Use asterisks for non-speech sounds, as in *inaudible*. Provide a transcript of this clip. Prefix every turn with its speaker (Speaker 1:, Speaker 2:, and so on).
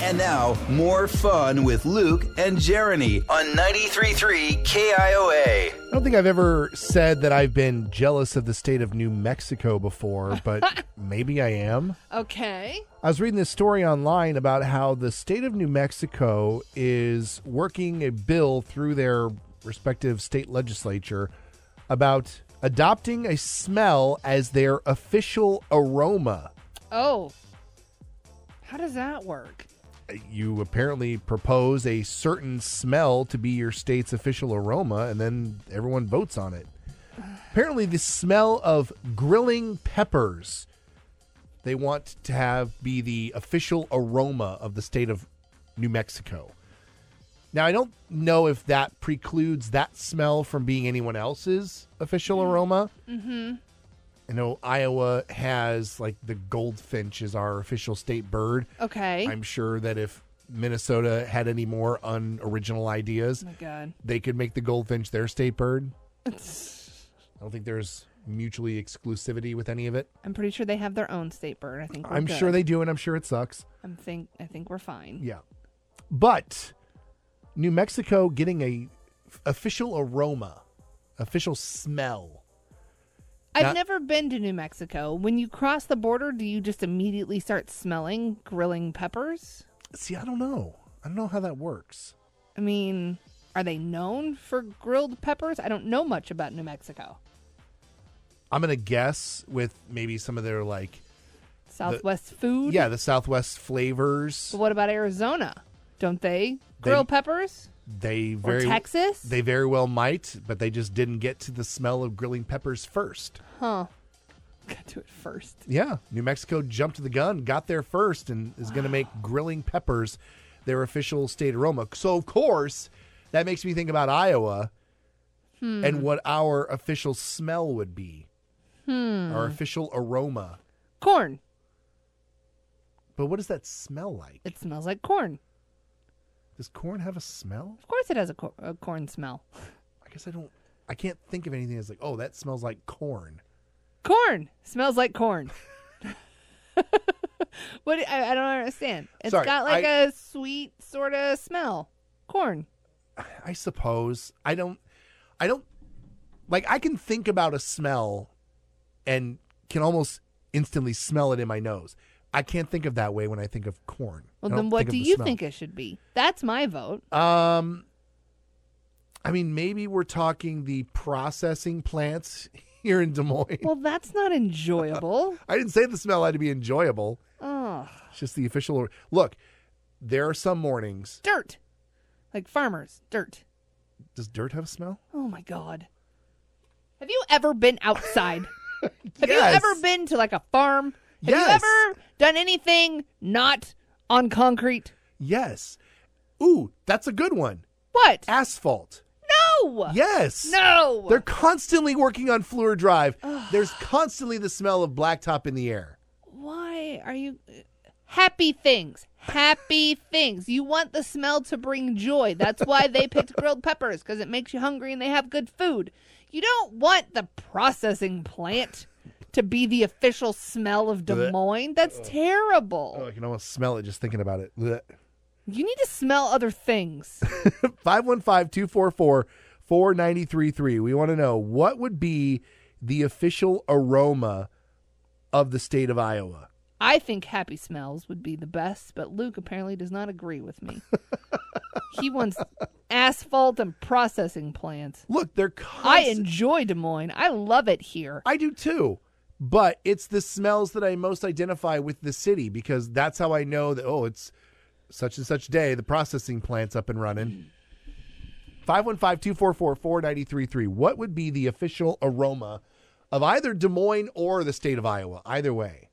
Speaker 1: And now, more fun with Luke and Jeremy on 93.3 KIOA.
Speaker 2: I don't think I've ever said that I've been jealous of the state of New Mexico before, but maybe I am.
Speaker 3: Okay.
Speaker 2: I was reading this story online about how the state of New Mexico is working a bill through their respective state legislature about adopting a smell as their official aroma.
Speaker 3: Oh. How does that work?
Speaker 2: You apparently propose a certain smell to be your state's official aroma, and then everyone votes on it. Apparently, the smell of grilling peppers they want to have be the official aroma of the state of New Mexico. Now, I don't know if that precludes that smell from being anyone else's official aroma. Mm-hmm. I know Iowa has like the goldfinch is our official state bird.
Speaker 3: Okay.
Speaker 2: I'm sure that if Minnesota had any more unoriginal ideas,
Speaker 3: oh my God.
Speaker 2: they could make the goldfinch their state bird. I don't think there's mutually exclusivity with any of it.
Speaker 3: I'm pretty sure they have their own state bird. I think we're
Speaker 2: I'm
Speaker 3: good.
Speaker 2: sure they do, and I'm sure it sucks.
Speaker 3: I'm think. I think we're fine.
Speaker 2: Yeah. But New Mexico getting a f- official aroma, official smell.
Speaker 3: I've
Speaker 2: Not-
Speaker 3: never been to New Mexico. When you cross the border, do you just immediately start smelling grilling peppers?
Speaker 2: See, I don't know. I don't know how that works.
Speaker 3: I mean, are they known for grilled peppers? I don't know much about New Mexico.
Speaker 2: I'm going to guess with maybe some of their like
Speaker 3: Southwest food.
Speaker 2: yeah, the Southwest flavors.
Speaker 3: But what about Arizona? Don't they grill peppers?
Speaker 2: They very
Speaker 3: Texas?
Speaker 2: They very well might, but they just didn't get to the smell of grilling peppers first.
Speaker 3: Huh. *laughs* Got to it first.
Speaker 2: Yeah, New Mexico jumped the gun, got there first, and is going to make grilling peppers their official state aroma. So, of course, that makes me think about Iowa and what our official smell would be, our official aroma.
Speaker 3: Corn.
Speaker 2: But what does that smell like?
Speaker 3: It smells like corn.
Speaker 2: Does corn have a smell?
Speaker 3: Of course, it has a, cor- a corn smell.
Speaker 2: I guess I don't. I can't think of anything that's like, oh, that smells like corn.
Speaker 3: Corn smells like corn. *laughs* what I, I don't understand. It's
Speaker 2: Sorry,
Speaker 3: got like
Speaker 2: I-
Speaker 3: a sweet sort of smell. Corn.
Speaker 2: I suppose I don't. I don't like. I can think about a smell, and can almost instantly smell it in my nose. I can't think of that way when I think of corn.
Speaker 3: Well,
Speaker 2: I
Speaker 3: then
Speaker 2: don't
Speaker 3: what
Speaker 2: think of
Speaker 3: do
Speaker 2: the
Speaker 3: you
Speaker 2: smell.
Speaker 3: think it should be? That's my vote.
Speaker 2: Um, I mean, maybe we're talking the processing plants *laughs* here in Des Moines.
Speaker 3: Well, that's not enjoyable.
Speaker 2: *laughs* I didn't say the smell had to be enjoyable.
Speaker 3: oh,
Speaker 2: It's just the official look. There are some mornings.
Speaker 3: dirt. Like farmers, dirt.
Speaker 2: Does dirt have a smell?
Speaker 3: Oh my god. Have you ever been
Speaker 2: *laughs*
Speaker 3: outside? Have
Speaker 2: Yes.
Speaker 3: you ever been to like a farm? Have
Speaker 2: Yes.
Speaker 3: you ever done anything not on concrete?
Speaker 2: Yes. Ooh, that's a good one.
Speaker 3: What?
Speaker 2: Asphalt.
Speaker 3: no.
Speaker 2: Yes.
Speaker 3: No.
Speaker 2: They're constantly working on Fluor Drive. There's constantly the smell of blacktop in the air.
Speaker 3: Why are you happy things? Happy things. You want the smell to bring joy. That's
Speaker 2: *laughs*
Speaker 3: why they picked grilled peppers because it makes you hungry and they have good food. You don't want the processing plant to be the official smell of Des
Speaker 2: Blech.
Speaker 3: Moines. That's
Speaker 2: Oh,
Speaker 3: terrible.
Speaker 2: I can almost smell it just thinking about it.
Speaker 3: You need to smell other things.
Speaker 2: 515 244 4933. We want to know what would be the official aroma of the state of Iowa?
Speaker 3: I think happy smells would be the best, but Luke apparently does not agree
Speaker 2: *laughs*
Speaker 3: with me. he wants asphalt and processing plants.
Speaker 2: Look, they're constant.
Speaker 3: I enjoy Des Moines. I love it here.
Speaker 2: I do too. But it's the smells that I most identify with the city because that's how I know that oh, it's such and such day, the processing plant's up and running. 515-244-4933. What would be the official aroma of either Des Moines or the state of Iowa? Either way.